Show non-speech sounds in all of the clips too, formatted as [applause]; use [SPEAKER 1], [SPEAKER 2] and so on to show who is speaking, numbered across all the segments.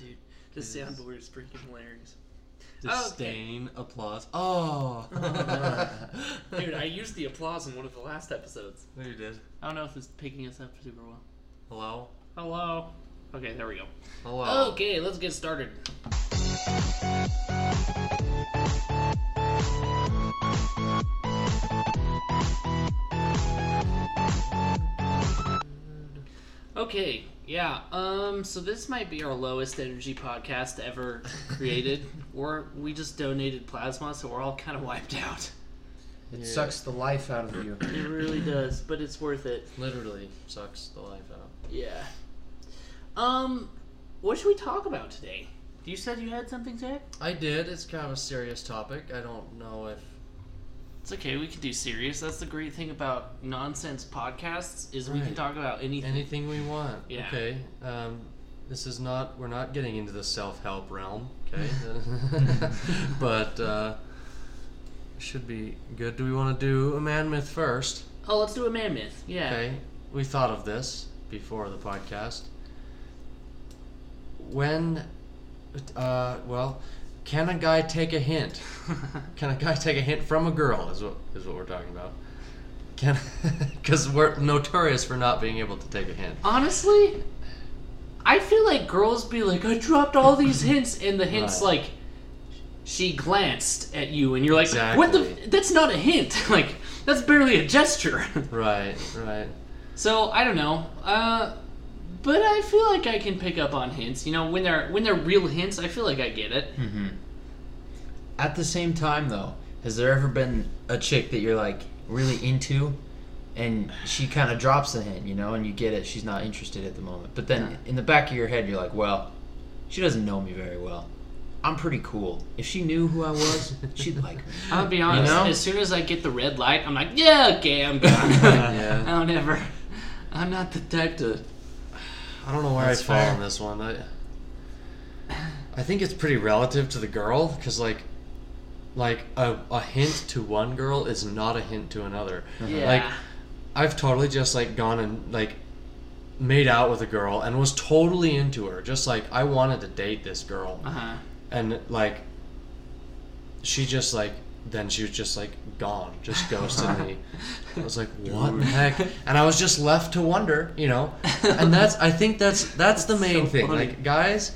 [SPEAKER 1] The
[SPEAKER 2] It is-
[SPEAKER 1] soundboard is freaking hilarious. Oh,
[SPEAKER 2] Disdain, applause. Oh,
[SPEAKER 1] [laughs] Dude, I used the applause in one of the last episodes.
[SPEAKER 2] [laughs] No, you did.
[SPEAKER 1] I don't know if it's picking us up super well.
[SPEAKER 2] Hello,
[SPEAKER 1] Hello. Okay, there we go.
[SPEAKER 2] hello.
[SPEAKER 1] Okay, let's get started. Okay, yeah. Um so this might be our lowest energy podcast ever [laughs] created or we just donated plasma so we're all kind of wiped out.
[SPEAKER 3] It
[SPEAKER 2] Yeah.
[SPEAKER 3] sucks the life out of you.
[SPEAKER 1] It really does, but it's worth it.
[SPEAKER 2] [clears throat] Literally sucks the life out.
[SPEAKER 1] Yeah. Um, what should we talk about today? You said you had something, Zach?
[SPEAKER 2] I did. It's kind of a serious topic. I don't know if
[SPEAKER 1] It's okay. We can do serious. That's the great thing about nonsense podcasts is we can
[SPEAKER 2] Right.
[SPEAKER 1] talk about anything.
[SPEAKER 2] anything we want.
[SPEAKER 1] Yeah.
[SPEAKER 2] Okay. Um, this is not. We're not getting into the self-help realm.
[SPEAKER 1] [laughs]
[SPEAKER 2] Okay. [laughs] but uh, should be good. Do we want to do a man myth first?
[SPEAKER 1] oh, let's do a man myth. Yeah.
[SPEAKER 2] Okay. We thought of this before the podcast. When, uh, well, can a guy take a hint?
[SPEAKER 1] [laughs]
[SPEAKER 2] Can a guy take a hint from a girl? Is what is what we're talking about. Can, [laughs] because we're notorious for not being able to take a hint.
[SPEAKER 1] Honestly, I feel like girls be like, I dropped all these hints, and the hints
[SPEAKER 2] Right.
[SPEAKER 1] like she glanced at you, and you're like, what
[SPEAKER 2] Exactly.
[SPEAKER 1] the? That's not a hint. [laughs] like that's barely a gesture.
[SPEAKER 2] Right, right.
[SPEAKER 1] So I don't know, uh, but I feel like I can pick up on hints. You know, when they're when they're real hints, I feel like I get it.
[SPEAKER 2] Hmm.
[SPEAKER 3] At the same time, though, has there ever been a chick that you're like really into, and she kind of drops the hint, you know, and you get it, she's not interested at the moment. But then
[SPEAKER 1] Yeah.
[SPEAKER 3] in the back of your head, you're like, well, she doesn't know me very well. I'm pretty cool. If she knew who I was, she'd like me.
[SPEAKER 1] I'll be honest.
[SPEAKER 3] know?
[SPEAKER 1] As soon as I get the red light, I'm like, yeah, okay, I'm
[SPEAKER 2] [laughs]
[SPEAKER 1] gone.
[SPEAKER 2] Yeah.
[SPEAKER 1] I don't ever. I'm not the type to.
[SPEAKER 2] I don't know where
[SPEAKER 3] That's
[SPEAKER 2] I'd fall
[SPEAKER 3] fair.
[SPEAKER 2] on this one. I, I think it's pretty relative to the girl because like, like a, a hint to one girl is not a hint to another.
[SPEAKER 1] Yeah.
[SPEAKER 2] Uh-huh. Like, I've totally just like gone and like made out with a girl and was totally into her. Just like I wanted to date this girl,
[SPEAKER 1] uh huh.
[SPEAKER 2] and like she just like then she was just like gone, just ghosted me. I
[SPEAKER 1] [laughs]
[SPEAKER 2] was like, what the heck? And I was just left to wonder, you know. And that's I think that's that's the main
[SPEAKER 1] so
[SPEAKER 2] thing.
[SPEAKER 1] funny.
[SPEAKER 2] Like guys,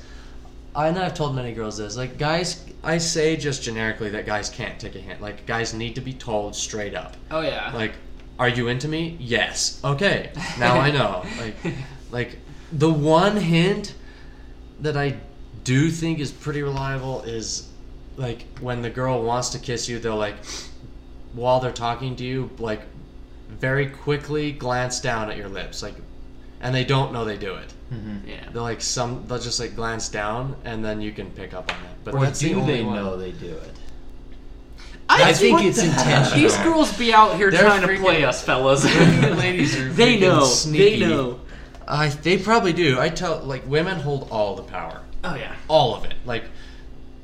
[SPEAKER 2] I and I've told many girls this. Like guys, I say just generically that guys can't take a hint. Like guys need to be told straight up
[SPEAKER 1] Oh yeah.
[SPEAKER 2] like are you into me yes okay now i know like like the one hint that i do think is pretty reliable is like when the girl wants to kiss you they'll like while they're talking to you like very quickly glance down at your lips like and they don't know they do it
[SPEAKER 1] yeah.
[SPEAKER 2] they'll like some they'll just like glance down and then you can pick up on that but
[SPEAKER 3] Or
[SPEAKER 2] that's the
[SPEAKER 3] do
[SPEAKER 2] only
[SPEAKER 3] they
[SPEAKER 2] one.
[SPEAKER 3] know they do it?
[SPEAKER 1] I,
[SPEAKER 3] think
[SPEAKER 1] what
[SPEAKER 3] it's
[SPEAKER 1] the-
[SPEAKER 3] intentional.
[SPEAKER 1] These girls be out here
[SPEAKER 2] They're
[SPEAKER 1] trying to
[SPEAKER 2] freaking-
[SPEAKER 1] play us, fellas.
[SPEAKER 2] [laughs]
[SPEAKER 1] [laughs]
[SPEAKER 2] Ladies are
[SPEAKER 1] they
[SPEAKER 2] freaking
[SPEAKER 1] know.
[SPEAKER 2] sneaky.
[SPEAKER 1] They know.
[SPEAKER 2] I they probably do. I tell like women hold all the power,
[SPEAKER 1] Oh
[SPEAKER 2] [laughs]
[SPEAKER 1] yeah.
[SPEAKER 2] all of it. Like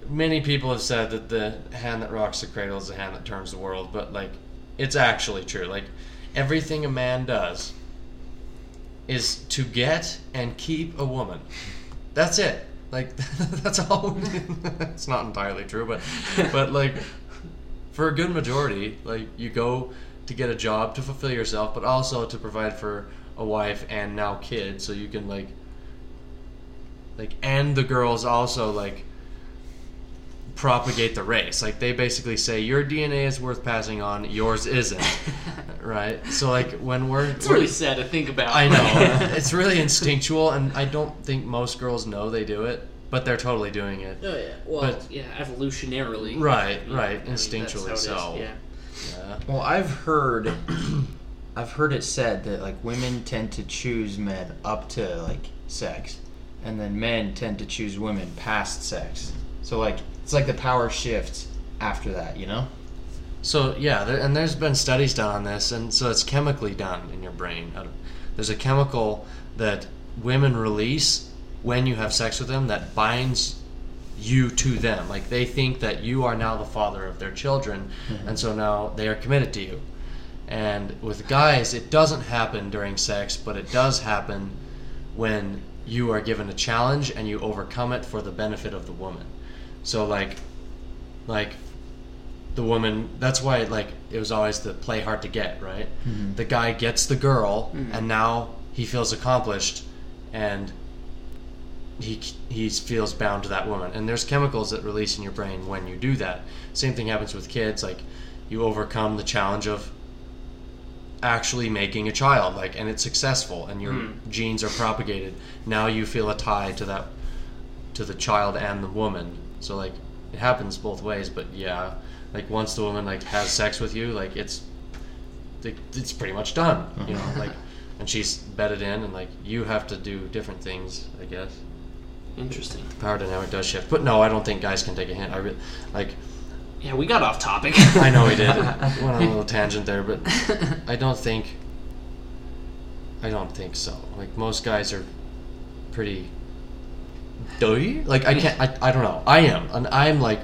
[SPEAKER 2] many people have said that the hand that rocks the cradle is the hand that turns the world, but like it's actually true. Like everything a man does is to get and keep a woman. That's it. Like [laughs] that's all. [laughs] it's not entirely
[SPEAKER 1] [laughs]
[SPEAKER 2] true, but but like for a good majority, like you go to get a job to fulfill yourself, but also to provide for a wife and now kids, so you can like like and the girls also like propagate the race. Like they basically say your DNA is worth passing on, yours isn't. [laughs] right? So like when we're
[SPEAKER 1] It's really sad to think about.
[SPEAKER 2] I know. [laughs] it's really instinctual, and I don't think most girls know they do it, but they're totally doing it.
[SPEAKER 1] [laughs] Oh yeah. Well,
[SPEAKER 2] But-
[SPEAKER 1] yeah, evolutionarily.
[SPEAKER 2] Right,
[SPEAKER 1] Yeah, I mean,
[SPEAKER 2] right,
[SPEAKER 1] that's how it
[SPEAKER 2] instinctually.
[SPEAKER 1] is,
[SPEAKER 2] so,
[SPEAKER 1] Yeah.
[SPEAKER 2] yeah.
[SPEAKER 3] Well, I've heard, I've heard it said that like women tend to choose men up to like sex, and then men tend to choose women past sex. So like it's like the power shifts after that, you know?
[SPEAKER 2] So yeah, there, and there's been studies done on this, and so it's chemically done in your brain. Out of- There's a chemical that women release when you have sex with them that binds you to them. Like they think that you are now the father of their children, and so now they are committed to you. And with guys, it doesn't happen during sex, but it does happen when you are given a challenge and you overcome it for the benefit of the woman. So like like the woman that's why like it was always the play hard to get, right? The guy gets the girl and now he feels accomplished and he he feels bound to that woman. And there's chemicals that release in your brain when you do that. Same thing happens with kids. Like you overcome the challenge of actually making a child, like, and it's successful, and your genes are propagated. Now you feel a tie to that to the child and the woman. So like it happens both ways. But yeah, like once the woman like has sex with you, like it's like, it's pretty much done. You know, like. And she's bedded in, and like you have to do different things, I guess
[SPEAKER 1] Interesting.
[SPEAKER 2] power dynamic does shift. But no, I don't think guys can take a hint. I really like.
[SPEAKER 1] Yeah, we got off [laughs] topic.
[SPEAKER 2] [laughs] I know we did. Went on a little tangent there, [laughs] but I don't think. I don't think so. Like most guys are, pretty. Doughy. Like I can't. I, I don't know. I am, and I'm like,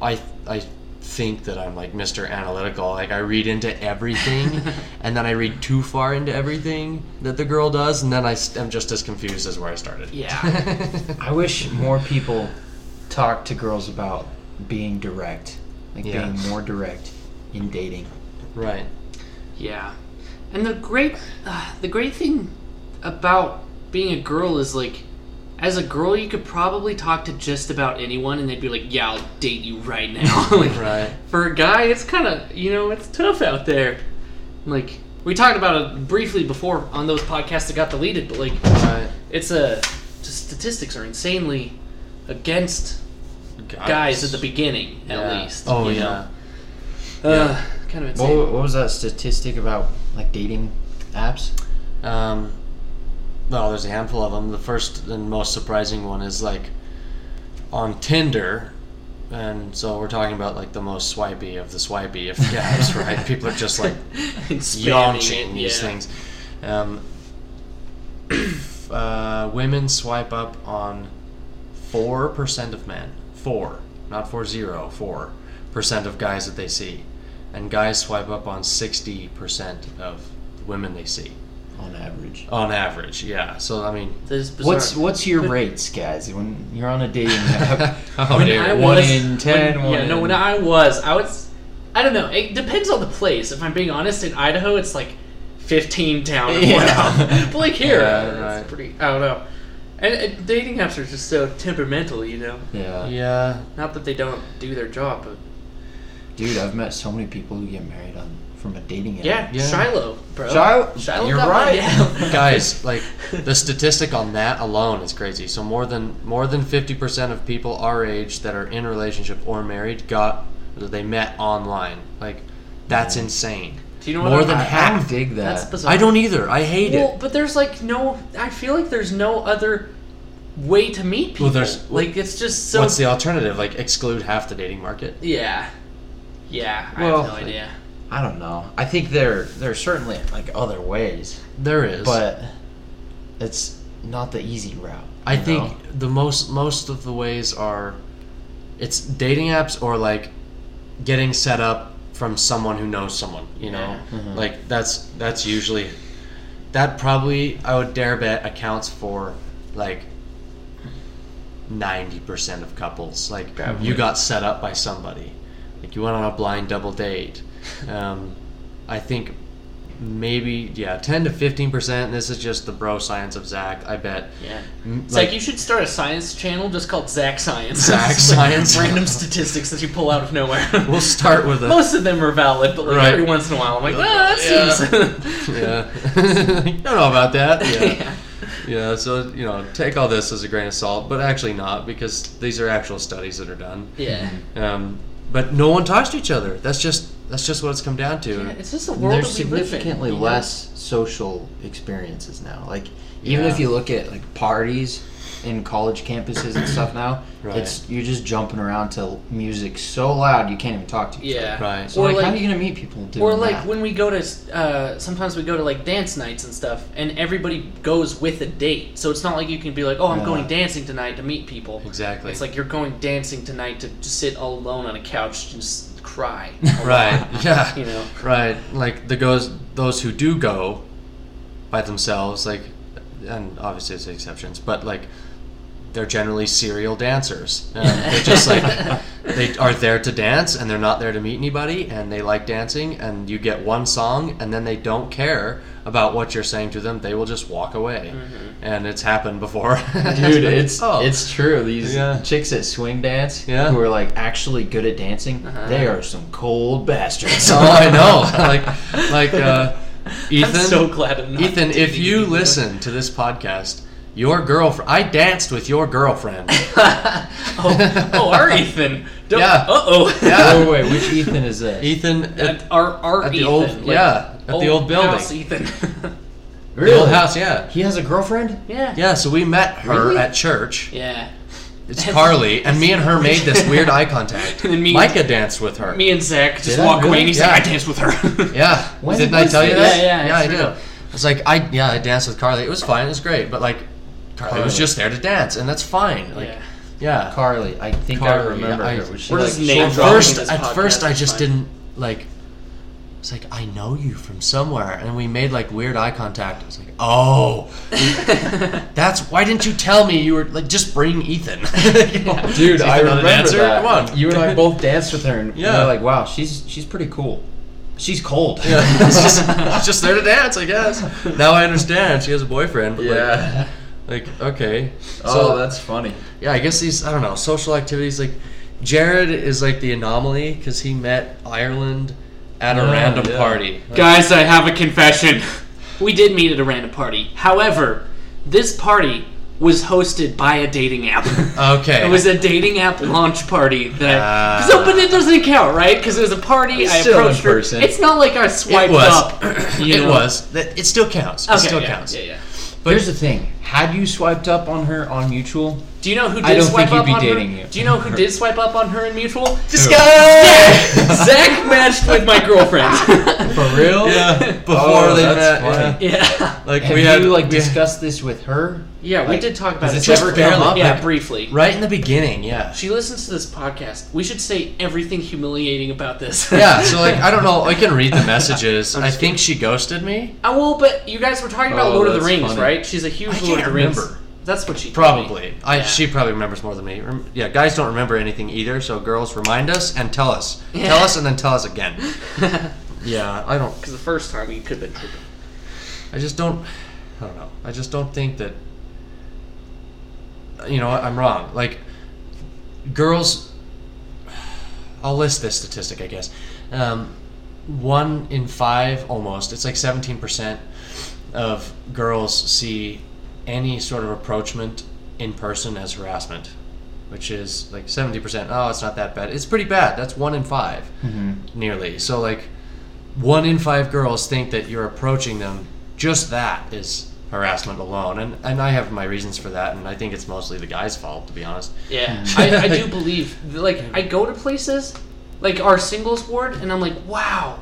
[SPEAKER 2] I I think that I'm like Mr. Analytical. Like I read into [laughs] everything, and then I read too far into everything that the girl does, and then I st- am just as confused as where I started.
[SPEAKER 1] yeah.
[SPEAKER 3] I wish more people talk to girls about being direct, like
[SPEAKER 2] Yeah.
[SPEAKER 3] being more direct in dating.
[SPEAKER 2] [laughs] Right.
[SPEAKER 1] Yeah, and the great, uh, the great thing about being a girl is like, as a girl, you could probably talk to just about anyone, and they'd be like, "Yeah, I'll date you right now." [laughs] like,
[SPEAKER 2] Right.
[SPEAKER 1] For a guy, it's kind of you know it's tough out there. Like we talked about it briefly before on those podcasts that got deleted, but like
[SPEAKER 2] Right.
[SPEAKER 1] it's a just statistics are insanely against guys at the beginning at
[SPEAKER 2] Yeah.
[SPEAKER 1] least.
[SPEAKER 2] Oh
[SPEAKER 1] you
[SPEAKER 2] yeah.
[SPEAKER 1] know? Uh, kind of
[SPEAKER 3] What,
[SPEAKER 1] insane.
[SPEAKER 3] what was that statistic about like dating apps?
[SPEAKER 2] Um, well, there's a handful of them. The first and most surprising one is like on Tinder, and so we're talking about like the most swipey of the swipey. If yeah,
[SPEAKER 1] [laughs]
[SPEAKER 2] that's right. People are just like
[SPEAKER 1] And spamming
[SPEAKER 2] launching
[SPEAKER 1] it,
[SPEAKER 2] these
[SPEAKER 1] yeah.
[SPEAKER 2] things. Um, [coughs] f- uh, women swipe up on four percent of men. Four, not four zero, four percent of guys that they see, and guys swipe up on sixty percent of women they see
[SPEAKER 3] On average.
[SPEAKER 2] on average. Yeah. So I mean,
[SPEAKER 1] That is bizarre.
[SPEAKER 3] What's what's your rates, guys? When you're on a dating app,
[SPEAKER 2] [laughs] oh
[SPEAKER 1] When
[SPEAKER 2] dear.
[SPEAKER 1] I
[SPEAKER 3] One
[SPEAKER 1] was-
[SPEAKER 3] in 10,
[SPEAKER 1] when-
[SPEAKER 3] one
[SPEAKER 1] yeah, no.
[SPEAKER 3] in-
[SPEAKER 1] When I was, I was. I don't know. It depends on the place. If I'm being honest, in Idaho, it's like 15 town. and one
[SPEAKER 3] Yeah.
[SPEAKER 1] out. but like here,
[SPEAKER 2] Yeah,
[SPEAKER 1] it's
[SPEAKER 2] right.
[SPEAKER 1] pretty. I don't know. And, and dating apps are just so temperamental, you know.
[SPEAKER 2] uh,
[SPEAKER 3] yeah.
[SPEAKER 2] yeah.
[SPEAKER 1] Not that they don't do their job, but
[SPEAKER 3] dude, I've met so many people who get married on from a dating app.
[SPEAKER 1] yeah,
[SPEAKER 2] Yeah.
[SPEAKER 1] Shiloh, bro.
[SPEAKER 3] Shiloh- you're
[SPEAKER 1] got
[SPEAKER 3] right.
[SPEAKER 1] one [laughs] down.
[SPEAKER 2] [laughs] Guys, like the statistic on that alone is crazy. So more than more than fifty percent of people our age that are in a relationship or married got that they met online. Like that's insane.
[SPEAKER 1] Do you know what
[SPEAKER 2] More
[SPEAKER 1] I'm-
[SPEAKER 2] than
[SPEAKER 1] I- I
[SPEAKER 3] I don't
[SPEAKER 2] half.
[SPEAKER 3] dig that.
[SPEAKER 1] That's bizarre.
[SPEAKER 2] I don't either. I hate
[SPEAKER 1] Well,
[SPEAKER 2] it.
[SPEAKER 1] but there's like no. I feel like there's no other way to meet people.
[SPEAKER 2] Well, there's-
[SPEAKER 1] like it's just so.
[SPEAKER 2] What's the alternative? Like exclude half the dating market.
[SPEAKER 1] yeah, yeah. I
[SPEAKER 3] Well,
[SPEAKER 1] have no idea.
[SPEAKER 3] I don't know. I think there there are certainly like other ways,
[SPEAKER 2] There is,
[SPEAKER 3] but it's not the easy route.
[SPEAKER 2] I
[SPEAKER 3] you
[SPEAKER 2] think
[SPEAKER 3] know?
[SPEAKER 2] the most most of the ways are it's dating apps or like getting set up from someone who knows someone, you know?
[SPEAKER 3] Mm-hmm.
[SPEAKER 2] Like that's that's usually that probably I would dare bet accounts for like 90% of couples. Like you got set up by somebody. Like you went on a blind double
[SPEAKER 3] [laughs]
[SPEAKER 2] date. Um, I think maybe yeah, 10 to 15%. This is just the bro science of Zach. I bet
[SPEAKER 1] Yeah.
[SPEAKER 2] Mm,
[SPEAKER 1] It's like, you should start a science channel just called Zach Science.
[SPEAKER 2] Zach
[SPEAKER 1] It's [laughs] like
[SPEAKER 2] Science.
[SPEAKER 1] Random statistics that you pull out of nowhere.
[SPEAKER 2] [laughs] we'll start with a
[SPEAKER 1] Most of them are valid, but like
[SPEAKER 2] Right.
[SPEAKER 1] every once in a while, I'm like, oh, that seems. [laughs]
[SPEAKER 2] [laughs] yeah. [laughs] don't know about that. Yeah. [laughs]
[SPEAKER 1] yeah.
[SPEAKER 2] yeah. So you know, take all this as a grain of salt, but actually not because these are actual studies that are done.
[SPEAKER 1] Yeah.
[SPEAKER 2] Um, but no one talks to each other. That's just that's just what it's come down to.
[SPEAKER 1] Yeah, It's just a world
[SPEAKER 3] there's
[SPEAKER 1] that we live in,
[SPEAKER 3] significantly
[SPEAKER 1] you know?
[SPEAKER 3] less social experiences now. Like even
[SPEAKER 2] Yeah.
[SPEAKER 3] if you look at like parties in college campuses and stuff now,
[SPEAKER 2] Right.
[SPEAKER 3] it's you're just jumping around to music so loud you can't even talk to each other.
[SPEAKER 1] Yeah.
[SPEAKER 2] Right.
[SPEAKER 3] So
[SPEAKER 1] or
[SPEAKER 3] like,
[SPEAKER 1] like,
[SPEAKER 3] how are you gonna meet people doing
[SPEAKER 1] or like
[SPEAKER 3] that?
[SPEAKER 1] when we go to uh, sometimes we go to like dance nights and stuff, and everybody goes with a date, so it's not like you can be like, oh, I'm
[SPEAKER 3] Yeah.
[SPEAKER 1] going dancing tonight to meet people.
[SPEAKER 2] Exactly.
[SPEAKER 1] It's like you're going dancing tonight to just sit all alone on a couch and just cry.
[SPEAKER 2] [laughs]
[SPEAKER 1] [laughs]
[SPEAKER 2] right. Yeah.
[SPEAKER 1] You know.
[SPEAKER 2] Right. Like the goes those who do go by themselves, like and obviously it's exceptions, but like they're generally serial dancers. Um, they're just like they are there to dance and they're not there to meet anybody and they like dancing and you get one song and then they don't care about what you're saying to them. They will just walk away. And it's happened before.
[SPEAKER 3] Dude, it's
[SPEAKER 2] [laughs] Oh.
[SPEAKER 3] it's true. These
[SPEAKER 2] Yeah.
[SPEAKER 3] chicks that swing dance,
[SPEAKER 2] Yeah.
[SPEAKER 3] who are like actually good at dancing,
[SPEAKER 1] Uh-huh.
[SPEAKER 3] they are some cold [laughs] bastards.
[SPEAKER 2] [laughs] oh, I know. Like
[SPEAKER 1] [laughs]
[SPEAKER 2] like uh, Ethan
[SPEAKER 4] I'm so glad I'm not
[SPEAKER 2] Ethan, if
[SPEAKER 4] dating
[SPEAKER 2] you
[SPEAKER 4] anymore.
[SPEAKER 2] listen to this podcast, your girlfriend I danced with your
[SPEAKER 1] [laughs]
[SPEAKER 2] girlfriend.
[SPEAKER 4] Oh, oh,
[SPEAKER 2] [laughs]
[SPEAKER 4] our Ethan. Don't,
[SPEAKER 2] Yeah.
[SPEAKER 4] Uh oh.
[SPEAKER 2] Yeah.
[SPEAKER 3] oh wait, which Ethan is this?
[SPEAKER 2] Ethan at,
[SPEAKER 1] oh,
[SPEAKER 4] At our our
[SPEAKER 2] at the
[SPEAKER 4] Ethan.
[SPEAKER 2] old
[SPEAKER 4] like,
[SPEAKER 2] yeah, at the old building.
[SPEAKER 4] house
[SPEAKER 1] [laughs]
[SPEAKER 4] Ethan.
[SPEAKER 2] The old house, yeah.
[SPEAKER 3] He has a girlfriend?
[SPEAKER 4] yeah.
[SPEAKER 2] Yeah, so we met her
[SPEAKER 4] Really?
[SPEAKER 2] at church.
[SPEAKER 4] Yeah.
[SPEAKER 2] It's Carly, and me and
[SPEAKER 1] [laughs]
[SPEAKER 2] her made this weird eye contact.
[SPEAKER 1] And then me-
[SPEAKER 2] Micah danced with her.
[SPEAKER 1] Me and Zach just
[SPEAKER 3] Did I
[SPEAKER 1] walk away
[SPEAKER 3] really?
[SPEAKER 1] and he's
[SPEAKER 2] Yeah.
[SPEAKER 1] like, I danced with her.
[SPEAKER 2] yeah,
[SPEAKER 3] When
[SPEAKER 2] didn't
[SPEAKER 3] was
[SPEAKER 2] I tell you
[SPEAKER 3] this?
[SPEAKER 2] that?
[SPEAKER 1] Yeah, yeah,
[SPEAKER 2] yeah, I
[SPEAKER 1] it's real.
[SPEAKER 2] do. It's like I yeah, I danced with Carly. It was fine. It was great, but like Carly, was
[SPEAKER 3] Carly.
[SPEAKER 2] just there to dance, and that's fine. Like
[SPEAKER 1] Yeah.
[SPEAKER 2] yeah.
[SPEAKER 3] Carly. I think I
[SPEAKER 2] Carly,
[SPEAKER 3] remember
[SPEAKER 2] yeah, I-
[SPEAKER 3] her. Was she
[SPEAKER 1] We're
[SPEAKER 3] like
[SPEAKER 1] just name
[SPEAKER 2] at
[SPEAKER 1] Name dropping
[SPEAKER 2] first,
[SPEAKER 1] in this
[SPEAKER 2] at
[SPEAKER 1] podcast
[SPEAKER 2] first, I
[SPEAKER 1] is
[SPEAKER 2] just
[SPEAKER 1] fine.
[SPEAKER 2] didn't like. It's like I know you from somewhere, and we made like weird eye contact. I was like,
[SPEAKER 1] [laughs]
[SPEAKER 2] "Oh, that's why didn't you tell me you were like just bring Ethan?" [laughs]
[SPEAKER 3] Dude,
[SPEAKER 2] Is
[SPEAKER 3] I
[SPEAKER 2] Ethan not a
[SPEAKER 3] remember
[SPEAKER 2] dancer?
[SPEAKER 3] that.
[SPEAKER 2] Come on,
[SPEAKER 3] You and
[SPEAKER 2] [laughs]
[SPEAKER 3] I both danced with her, and we
[SPEAKER 2] Yeah.
[SPEAKER 3] we're like, "Wow, she's she's pretty cool. She's cold." [laughs]
[SPEAKER 2] it's just, [laughs] it's just there to dance, I guess. Now I understand. She has a boyfriend. But Like, like okay.
[SPEAKER 3] oh, that's funny.
[SPEAKER 2] yeah, I guess these I don't know social activities like Jared is like the anomaly because he met Ireland at a
[SPEAKER 3] Yeah,
[SPEAKER 2] random
[SPEAKER 3] yeah.
[SPEAKER 2] party.
[SPEAKER 1] Guys, I have a confession. We did meet at a random party. However, this party was hosted by a dating app.
[SPEAKER 2] Okay.
[SPEAKER 1] It was a dating app launch party that.
[SPEAKER 2] Ah.
[SPEAKER 1] so, but it doesn't count, right? Because it was a party.
[SPEAKER 3] It's
[SPEAKER 1] I
[SPEAKER 3] still in
[SPEAKER 1] approached her.
[SPEAKER 3] person.
[SPEAKER 1] It's not like I swiped
[SPEAKER 2] was. [clears throat]
[SPEAKER 1] up. you
[SPEAKER 2] it
[SPEAKER 1] know?
[SPEAKER 2] was. That it still counts. It
[SPEAKER 1] Okay,
[SPEAKER 2] still
[SPEAKER 1] yeah,
[SPEAKER 2] counts.
[SPEAKER 1] Yeah, yeah.
[SPEAKER 2] But-
[SPEAKER 3] Here's the thing: Had you swiped up on her on Mutual?
[SPEAKER 1] Do you know who did
[SPEAKER 3] I don't
[SPEAKER 1] swipe
[SPEAKER 3] think you'd
[SPEAKER 1] up
[SPEAKER 3] be
[SPEAKER 1] on
[SPEAKER 3] dating
[SPEAKER 1] her?
[SPEAKER 3] you.
[SPEAKER 1] Do you know who did swipe up on her in mutual?
[SPEAKER 2] This [laughs] guy
[SPEAKER 1] Zach matched with my girlfriend.
[SPEAKER 3] For
[SPEAKER 1] [laughs]
[SPEAKER 3] real?
[SPEAKER 2] Yeah. Before
[SPEAKER 3] Oh,
[SPEAKER 2] they
[SPEAKER 3] that's
[SPEAKER 2] met.
[SPEAKER 3] funny.
[SPEAKER 2] yeah.
[SPEAKER 1] yeah.
[SPEAKER 2] Like
[SPEAKER 3] Have
[SPEAKER 2] we
[SPEAKER 3] you
[SPEAKER 2] had
[SPEAKER 3] like
[SPEAKER 2] we-
[SPEAKER 3] discussed this with her?
[SPEAKER 1] Yeah, we
[SPEAKER 3] Like,
[SPEAKER 1] did talk about
[SPEAKER 3] does
[SPEAKER 1] it.
[SPEAKER 3] it
[SPEAKER 1] Just
[SPEAKER 3] ever
[SPEAKER 2] barely-
[SPEAKER 3] come up?
[SPEAKER 1] yeah,
[SPEAKER 2] like-
[SPEAKER 1] briefly.
[SPEAKER 2] right in the beginning, yeah.
[SPEAKER 1] She listens to this podcast. We should say everything humiliating about this.
[SPEAKER 2] yeah,
[SPEAKER 1] [laughs]
[SPEAKER 2] so like I don't know, I can read the messages.
[SPEAKER 1] I'm
[SPEAKER 2] I
[SPEAKER 1] just
[SPEAKER 2] think she ghosted me.
[SPEAKER 1] I will, but you guys were talking about
[SPEAKER 3] Oh,
[SPEAKER 1] Lord of the
[SPEAKER 3] that's
[SPEAKER 1] Rings,
[SPEAKER 3] funny.
[SPEAKER 1] right? She's a huge
[SPEAKER 2] I
[SPEAKER 1] Lord of
[SPEAKER 2] can't
[SPEAKER 1] the Rings.
[SPEAKER 2] remember.
[SPEAKER 1] That's what she told me.
[SPEAKER 2] Probably. I
[SPEAKER 1] Yeah.
[SPEAKER 2] she probably remembers more than me. Rem- yeah, guys don't remember anything either, so girls remind us and tell us. Tell us and then tell us again.
[SPEAKER 1] [gasps] [laughs]
[SPEAKER 2] yeah, I don't
[SPEAKER 1] Because the first time you could have been.
[SPEAKER 2] I just don't. I don't know. I just don't think that. You know, I'm wrong. Like, girls. I'll list this statistic, I guess. Um, one in five, almost. It's like 17% of girls see any sort of approachment in person as harassment, which is like 70%. Oh, it's not that bad. It's pretty bad. That's one in 5 nearly. So, like, one in five girls think that you're approaching them just that is harassment alone and and i have my reasons for that and i think it's mostly the guy's fault to be honest [laughs]
[SPEAKER 1] Yeah, I, I do believe. Like, I go to places, like our singles ward, and I'm like, wow,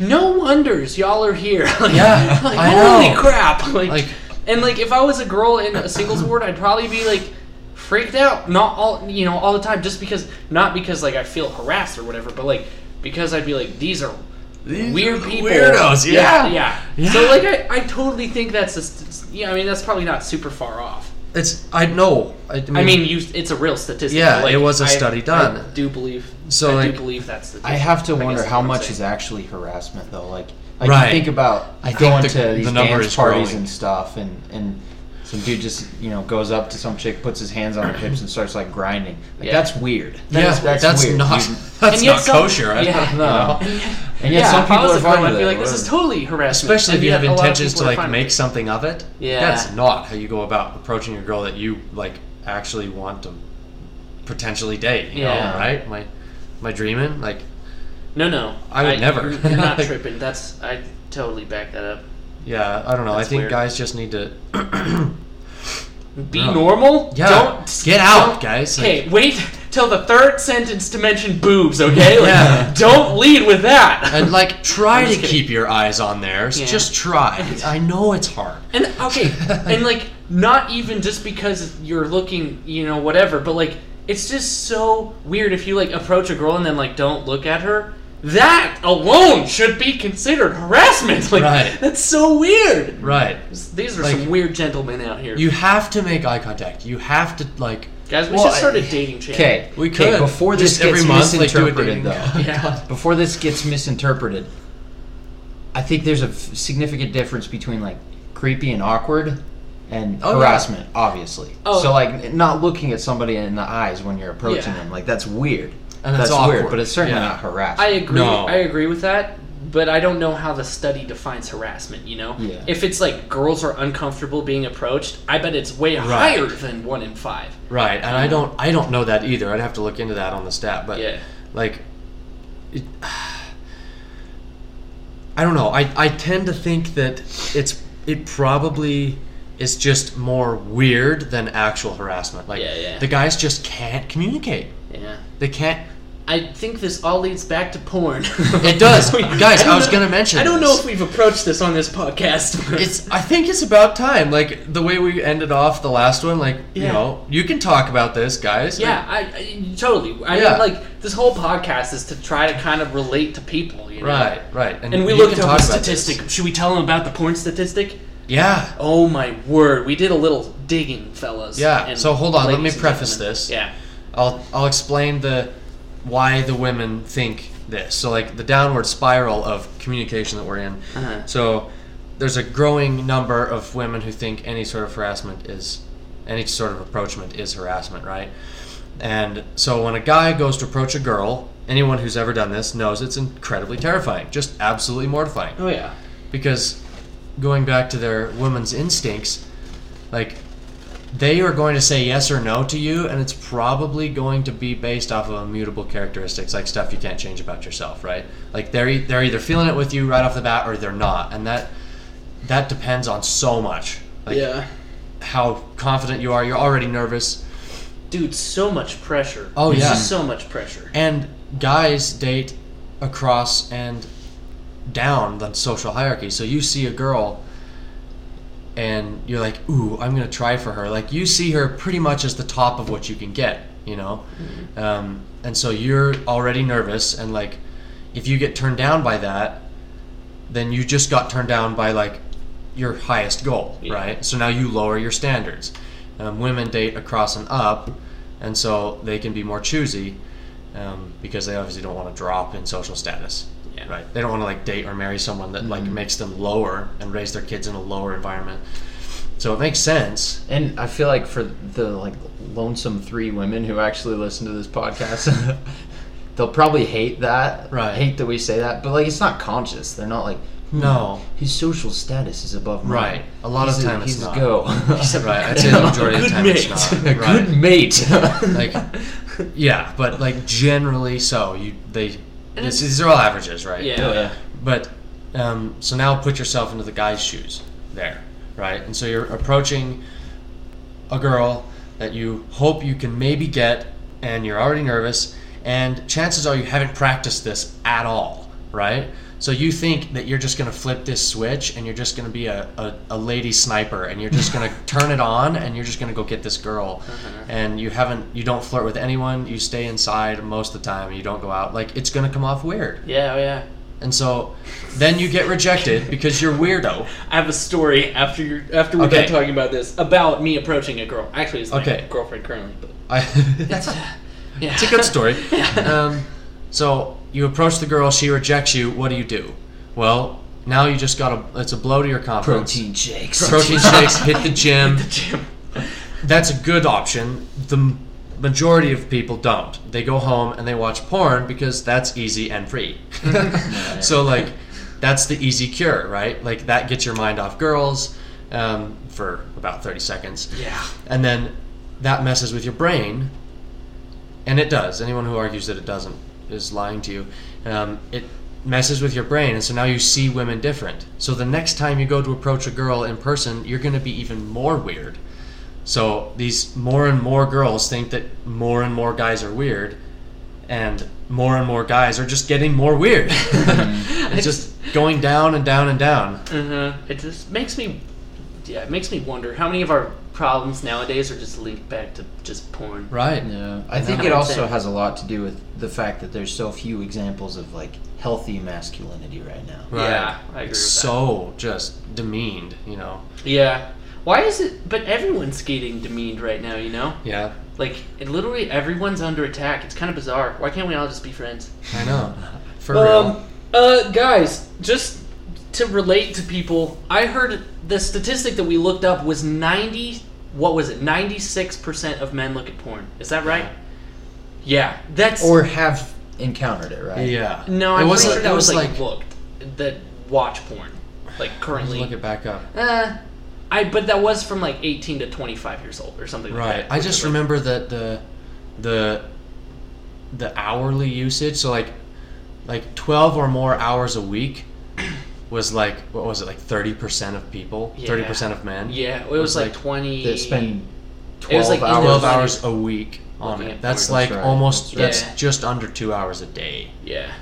[SPEAKER 1] no wonders y'all are here. [laughs] Like,
[SPEAKER 2] Yeah,
[SPEAKER 1] like,
[SPEAKER 2] I
[SPEAKER 1] holy
[SPEAKER 2] know.
[SPEAKER 1] crap! [laughs] Like,
[SPEAKER 2] Like-
[SPEAKER 1] and like if I was a girl in a singles ward, I'd probably be like freaked out, not all you know all the time, just because not because like I feel harassed or whatever, but like because I'd be like these are. Weird people,
[SPEAKER 2] weirdos, yeah.
[SPEAKER 1] yeah,
[SPEAKER 2] Yeah.
[SPEAKER 1] So like, I, I totally think that's a, st- yeah. I mean, that's probably not super far off.
[SPEAKER 2] it's i know i mean,
[SPEAKER 1] I mean, you, it's a real statistic.
[SPEAKER 2] Yeah,
[SPEAKER 1] like,
[SPEAKER 2] it was a
[SPEAKER 1] I-
[SPEAKER 2] study done.
[SPEAKER 1] I do believe.
[SPEAKER 2] So,
[SPEAKER 1] I
[SPEAKER 2] like,
[SPEAKER 1] do believe that's the.
[SPEAKER 3] I have to
[SPEAKER 1] guess
[SPEAKER 3] wonder
[SPEAKER 1] that's
[SPEAKER 3] how
[SPEAKER 1] what I'm
[SPEAKER 3] much
[SPEAKER 1] saying.
[SPEAKER 3] is actually harassment, though. Like, like
[SPEAKER 2] Right.
[SPEAKER 3] you think about
[SPEAKER 2] I think
[SPEAKER 3] going
[SPEAKER 2] the-
[SPEAKER 3] to these
[SPEAKER 2] the number
[SPEAKER 3] dance
[SPEAKER 2] is
[SPEAKER 3] parties
[SPEAKER 2] growing.
[SPEAKER 3] and stuff, and and some dude just you know goes up to some chick, puts his hands on her hips, and starts like grinding. Like
[SPEAKER 1] Yeah.
[SPEAKER 3] that's weird.
[SPEAKER 2] yeah that's, not
[SPEAKER 3] You-
[SPEAKER 2] [laughs] that's
[SPEAKER 1] And yet
[SPEAKER 2] not
[SPEAKER 1] some-
[SPEAKER 2] kosher I
[SPEAKER 1] yeah. [laughs]
[SPEAKER 2] don't know.
[SPEAKER 3] and yet
[SPEAKER 1] yeah,
[SPEAKER 3] some
[SPEAKER 1] if I
[SPEAKER 3] people
[SPEAKER 1] was
[SPEAKER 3] are
[SPEAKER 1] a girl,
[SPEAKER 3] fine
[SPEAKER 1] I'd
[SPEAKER 3] with
[SPEAKER 1] be
[SPEAKER 3] it.
[SPEAKER 1] like, this is totally harassment.
[SPEAKER 2] [laughs] especially if
[SPEAKER 1] and
[SPEAKER 2] you
[SPEAKER 1] yet
[SPEAKER 2] have
[SPEAKER 1] a lot of
[SPEAKER 2] intentions to
[SPEAKER 1] people are
[SPEAKER 2] like
[SPEAKER 1] fine
[SPEAKER 2] make
[SPEAKER 1] with
[SPEAKER 2] something of it
[SPEAKER 1] Yeah.
[SPEAKER 2] that's not how you go about approaching a girl that you like actually want to potentially date you
[SPEAKER 1] Yeah.
[SPEAKER 2] know right my my dreaming like
[SPEAKER 1] it. No, no,
[SPEAKER 2] I would never.
[SPEAKER 1] You're, you're not
[SPEAKER 2] [laughs] Like-
[SPEAKER 1] tripping. That's I totally back that up.
[SPEAKER 2] yeah i don't know
[SPEAKER 1] That's
[SPEAKER 2] i think
[SPEAKER 1] weird.
[SPEAKER 2] guys just need to
[SPEAKER 1] Be
[SPEAKER 2] No.
[SPEAKER 1] normal.
[SPEAKER 2] Yeah.
[SPEAKER 1] Don't
[SPEAKER 2] Get out, guys. Like-
[SPEAKER 1] Okay, wait [laughs] till the third sentence to mention boobs. Okay. Like,
[SPEAKER 2] Yeah.
[SPEAKER 1] Don't lead with that.
[SPEAKER 2] and like
[SPEAKER 1] [coughs]
[SPEAKER 2] try
[SPEAKER 1] I'm
[SPEAKER 2] to
[SPEAKER 1] just kidding.
[SPEAKER 2] keep your eyes on theirs.
[SPEAKER 1] Yeah.
[SPEAKER 2] Just try.
[SPEAKER 1] [laughs]
[SPEAKER 2] I know it's hard.
[SPEAKER 1] And okay,
[SPEAKER 2] [laughs]
[SPEAKER 1] and like not even just because you're looking, you know, whatever, but like it's just so weird if you like approach a girl and then like don't look at her. that alone should be considered harassment. [laughs] Like,
[SPEAKER 2] Right.
[SPEAKER 1] That's so weird.
[SPEAKER 2] Right.
[SPEAKER 1] These are
[SPEAKER 2] Like-
[SPEAKER 1] some weird gentlemen out here.
[SPEAKER 2] You have to make eye contact. You have to like.
[SPEAKER 1] Guys, we
[SPEAKER 3] Well,
[SPEAKER 1] should start a
[SPEAKER 3] I-
[SPEAKER 1] dating channel.
[SPEAKER 3] Okay.
[SPEAKER 2] We could
[SPEAKER 3] before this
[SPEAKER 2] just every
[SPEAKER 3] gets
[SPEAKER 2] month, like, do a
[SPEAKER 3] misinterpreted,
[SPEAKER 2] dating- [laughs]
[SPEAKER 3] though.
[SPEAKER 1] Yeah.
[SPEAKER 3] Before this gets misinterpreted, I think there's a f- significant difference between like creepy and awkward and
[SPEAKER 2] Oh, yeah.
[SPEAKER 3] harassment, obviously.
[SPEAKER 1] Oh.
[SPEAKER 3] So like n- not looking at somebody in the eyes when you're approaching
[SPEAKER 1] Yeah.
[SPEAKER 3] them, like that's weird.
[SPEAKER 2] And that's
[SPEAKER 3] that's
[SPEAKER 2] awkward.
[SPEAKER 3] weird, but it's certainly
[SPEAKER 2] Yeah.
[SPEAKER 3] not harassment.
[SPEAKER 1] I agree.
[SPEAKER 2] No.
[SPEAKER 1] I agree with that, but I don't know how the study defines harassment. You know,
[SPEAKER 3] Yeah.
[SPEAKER 1] if it's like girls are uncomfortable being approached, I bet it's way higher than one in five.
[SPEAKER 2] Right, and I don't I don't know that either. I'd have to look into that on the stat, but
[SPEAKER 1] Yeah.
[SPEAKER 2] like it, I don't know. I I tend to think that it's it probably is just more weird than actual harassment. Like
[SPEAKER 1] Yeah, yeah.
[SPEAKER 2] the guys just can't communicate.
[SPEAKER 1] Yeah,
[SPEAKER 2] They can't
[SPEAKER 1] I think this all leads back to [laughs] porn.
[SPEAKER 2] It does.
[SPEAKER 1] We-
[SPEAKER 2] Guys,
[SPEAKER 1] don't
[SPEAKER 2] I was
[SPEAKER 1] know-
[SPEAKER 2] gonna
[SPEAKER 1] [laughs]
[SPEAKER 2] mention
[SPEAKER 1] I don't
[SPEAKER 2] this.
[SPEAKER 1] know if we've approached this on this podcast. [laughs] but-
[SPEAKER 2] it's I think it's about time. Like the way we ended off the last one, like you
[SPEAKER 1] Yeah.
[SPEAKER 2] know, you can talk about this, guys.
[SPEAKER 1] yeah, I, I totally. I
[SPEAKER 2] Yeah.
[SPEAKER 1] mean, like this whole podcast is to try to kind of relate to people. You know?
[SPEAKER 2] Right, right.
[SPEAKER 1] And we
[SPEAKER 2] you
[SPEAKER 1] looked
[SPEAKER 2] can
[SPEAKER 1] up a
[SPEAKER 2] about this.
[SPEAKER 1] statistic. Should we tell them about the porn statistic?
[SPEAKER 2] Yeah.
[SPEAKER 1] Oh my word! We did a little digging, fellas.
[SPEAKER 2] Yeah,
[SPEAKER 1] and
[SPEAKER 2] so hold on, let me
[SPEAKER 1] ladies and
[SPEAKER 2] preface
[SPEAKER 1] gentlemen.
[SPEAKER 2] this.
[SPEAKER 1] Yeah.
[SPEAKER 2] I'll I'll explain the why the women think this. So like the downward spiral of communication that we're in.
[SPEAKER 1] Uh-huh.
[SPEAKER 2] So there's a growing number of women who think any sort of harassment is any sort of approachment is harassment, right? And so when a guy goes to approach a girl, anyone who's ever done this knows it's incredibly terrifying, just absolutely mortifying
[SPEAKER 1] Oh yeah.
[SPEAKER 2] because going back to their woman's instincts, like they are going to say yes or no to you, and it's probably going to be based off of immutable characteristics, like stuff you can't change about yourself, right? Like they're e- they're either feeling it with you right off the bat or they're not, and that that depends on so much, like
[SPEAKER 1] yeah.
[SPEAKER 2] how confident you are. You're already nervous,
[SPEAKER 1] Dude, so much pressure.
[SPEAKER 2] Oh,
[SPEAKER 1] It's
[SPEAKER 2] yeah.
[SPEAKER 1] just so much pressure.
[SPEAKER 2] and guys date across and down the social hierarchy. So you see a girl and you're like, ooh, I'm gonna try for her. Like you see her pretty much as the top of what you can get, you know? Um, and so you're already nervous and like if you get turned down by that, then you just got turned down by like your highest goal,
[SPEAKER 1] Yeah.
[SPEAKER 2] right? So now you lower your standards. Um, women date across and up, and so they can be more choosy um, because they obviously don't want to drop in social status.
[SPEAKER 1] Yeah. Mm-hmm.
[SPEAKER 2] Right. They don't want to like date or marry someone that like makes them lower and raise their kids in a lower environment. So it makes sense.
[SPEAKER 3] And I feel like for the like lonesome three women who actually listen to this podcast, [laughs] they'll probably hate that.
[SPEAKER 2] Right.
[SPEAKER 3] Hate that we say that, but like it's not conscious. They're not like "Hmm,
[SPEAKER 2] No.
[SPEAKER 3] His social status is above mine.
[SPEAKER 2] Right. A lot of
[SPEAKER 3] he's
[SPEAKER 2] time
[SPEAKER 3] a,
[SPEAKER 2] it's
[SPEAKER 3] he's
[SPEAKER 2] not.
[SPEAKER 3] a go.
[SPEAKER 2] [laughs] Right. I'd
[SPEAKER 3] [laughs]
[SPEAKER 2] say the majority of the
[SPEAKER 1] Good
[SPEAKER 2] time
[SPEAKER 1] mate.
[SPEAKER 2] it's not.
[SPEAKER 3] a
[SPEAKER 2] Right. [laughs]
[SPEAKER 3] [laughs] good mate.
[SPEAKER 1] [laughs]
[SPEAKER 2] Like yeah, but like generally so you they this, these are all averages, right?
[SPEAKER 1] Yeah.
[SPEAKER 3] yeah.
[SPEAKER 2] But um, so now put yourself into the guy's shoes there, right? And so you're approaching a girl that you hope you can maybe get, and you're already nervous, and chances are you haven't practiced this at all, right? So you think that you're just gonna flip this switch and you're just gonna be a, a, a lady sniper and you're just gonna turn it on and you're just gonna go get this girl and you haven't you don't flirt with anyone, you stay inside most of the time, you don't go out, like it's gonna come off weird.
[SPEAKER 1] Yeah, oh, yeah.
[SPEAKER 2] And so then you get rejected because you're weirdo.
[SPEAKER 1] I have a story after you after we're
[SPEAKER 2] Okay.
[SPEAKER 1] done talking about this about me approaching a girl. Actually, it's my
[SPEAKER 2] Okay.
[SPEAKER 1] girlfriend currently, but
[SPEAKER 2] I, [laughs]
[SPEAKER 1] it's, [laughs] yeah.
[SPEAKER 2] it's a good story.
[SPEAKER 1] [laughs]
[SPEAKER 2] Um, so you approach the girl, she rejects you. What do you do? Well, now you just got a it's a blow to your confidence.
[SPEAKER 3] [laughs] Protein shakes.
[SPEAKER 2] [laughs] Protein shakes, hit the gym.
[SPEAKER 1] Jim.
[SPEAKER 2] That's a good option. The m- majority of people don't. They go home and they watch porn because that's easy and [laughs] free. so like that's the easy cure, right? Like that gets your mind off girls um, for about 30 seconds.
[SPEAKER 1] Yeah.
[SPEAKER 2] and then that messes with your brain and it does anyone who argues that it doesn't is lying to you um, it messes with your brain and so now you see women different so the next time you go to approach a girl in person you're going to be even more weird so these more and more girls think that more and more guys are weird and more and more guys are just getting more weird [laughs]
[SPEAKER 1] [laughs]
[SPEAKER 2] it's Mm. just going down and down and down
[SPEAKER 1] Uh-huh. It just makes me yeah, it makes me wonder how many of our problems nowadays are just linked back to just porn.
[SPEAKER 2] Right.
[SPEAKER 3] Yeah, I
[SPEAKER 2] And
[SPEAKER 3] think
[SPEAKER 1] that
[SPEAKER 3] it
[SPEAKER 1] would
[SPEAKER 3] also
[SPEAKER 1] say-
[SPEAKER 3] has a lot to do with the fact that there's so few examples of like healthy masculinity right now.
[SPEAKER 2] Right.
[SPEAKER 1] Yeah, I agree
[SPEAKER 2] It's
[SPEAKER 1] with
[SPEAKER 2] so just demeaned, you know.
[SPEAKER 1] that. Yeah. Why is it? But everyone's getting demeaned right now, you know?
[SPEAKER 2] Yeah.
[SPEAKER 1] Like, it, literally everyone's under attack. It's kind of bizarre. Why can't we all just be friends?
[SPEAKER 2] I know. For real.
[SPEAKER 1] Um, uh, guys, just to relate to people, I heard the statistic that we looked up was 90, what was it, 96% of men look at porn. Is that right? Yeah, that's.
[SPEAKER 3] Or have encountered it, right?
[SPEAKER 2] Yeah.
[SPEAKER 1] no, I'm
[SPEAKER 2] it
[SPEAKER 1] pretty
[SPEAKER 2] wasn't-
[SPEAKER 1] sure that
[SPEAKER 2] it
[SPEAKER 1] was,
[SPEAKER 2] was
[SPEAKER 1] like,
[SPEAKER 2] like
[SPEAKER 1] looked, that watch porn, like
[SPEAKER 2] Let's
[SPEAKER 1] currently.
[SPEAKER 2] look it back up.
[SPEAKER 1] Uh, I but that was from like 18 to 25 years old or something.
[SPEAKER 2] Right.
[SPEAKER 1] Like that,
[SPEAKER 2] I
[SPEAKER 1] which
[SPEAKER 2] just
[SPEAKER 1] is, like-
[SPEAKER 2] remember that the the the hourly usage, so like like twelve or more hours a week [clears throat] was like what was it, like thirty percent of people?
[SPEAKER 1] Yeah.
[SPEAKER 2] Thirty percent of men?
[SPEAKER 1] Yeah, it was,
[SPEAKER 2] was,
[SPEAKER 1] like,
[SPEAKER 2] like,
[SPEAKER 1] 20.
[SPEAKER 3] That spend
[SPEAKER 1] It was,
[SPEAKER 3] twelve
[SPEAKER 1] like, in
[SPEAKER 3] hours.
[SPEAKER 2] Twelve
[SPEAKER 1] Looking at-
[SPEAKER 2] hours a week on
[SPEAKER 1] looking
[SPEAKER 2] it.
[SPEAKER 1] at
[SPEAKER 2] That's
[SPEAKER 3] porn.
[SPEAKER 2] like
[SPEAKER 3] That's right.
[SPEAKER 2] almost
[SPEAKER 1] That's
[SPEAKER 2] that's,
[SPEAKER 1] right.
[SPEAKER 2] just under two hours a day
[SPEAKER 1] Yeah,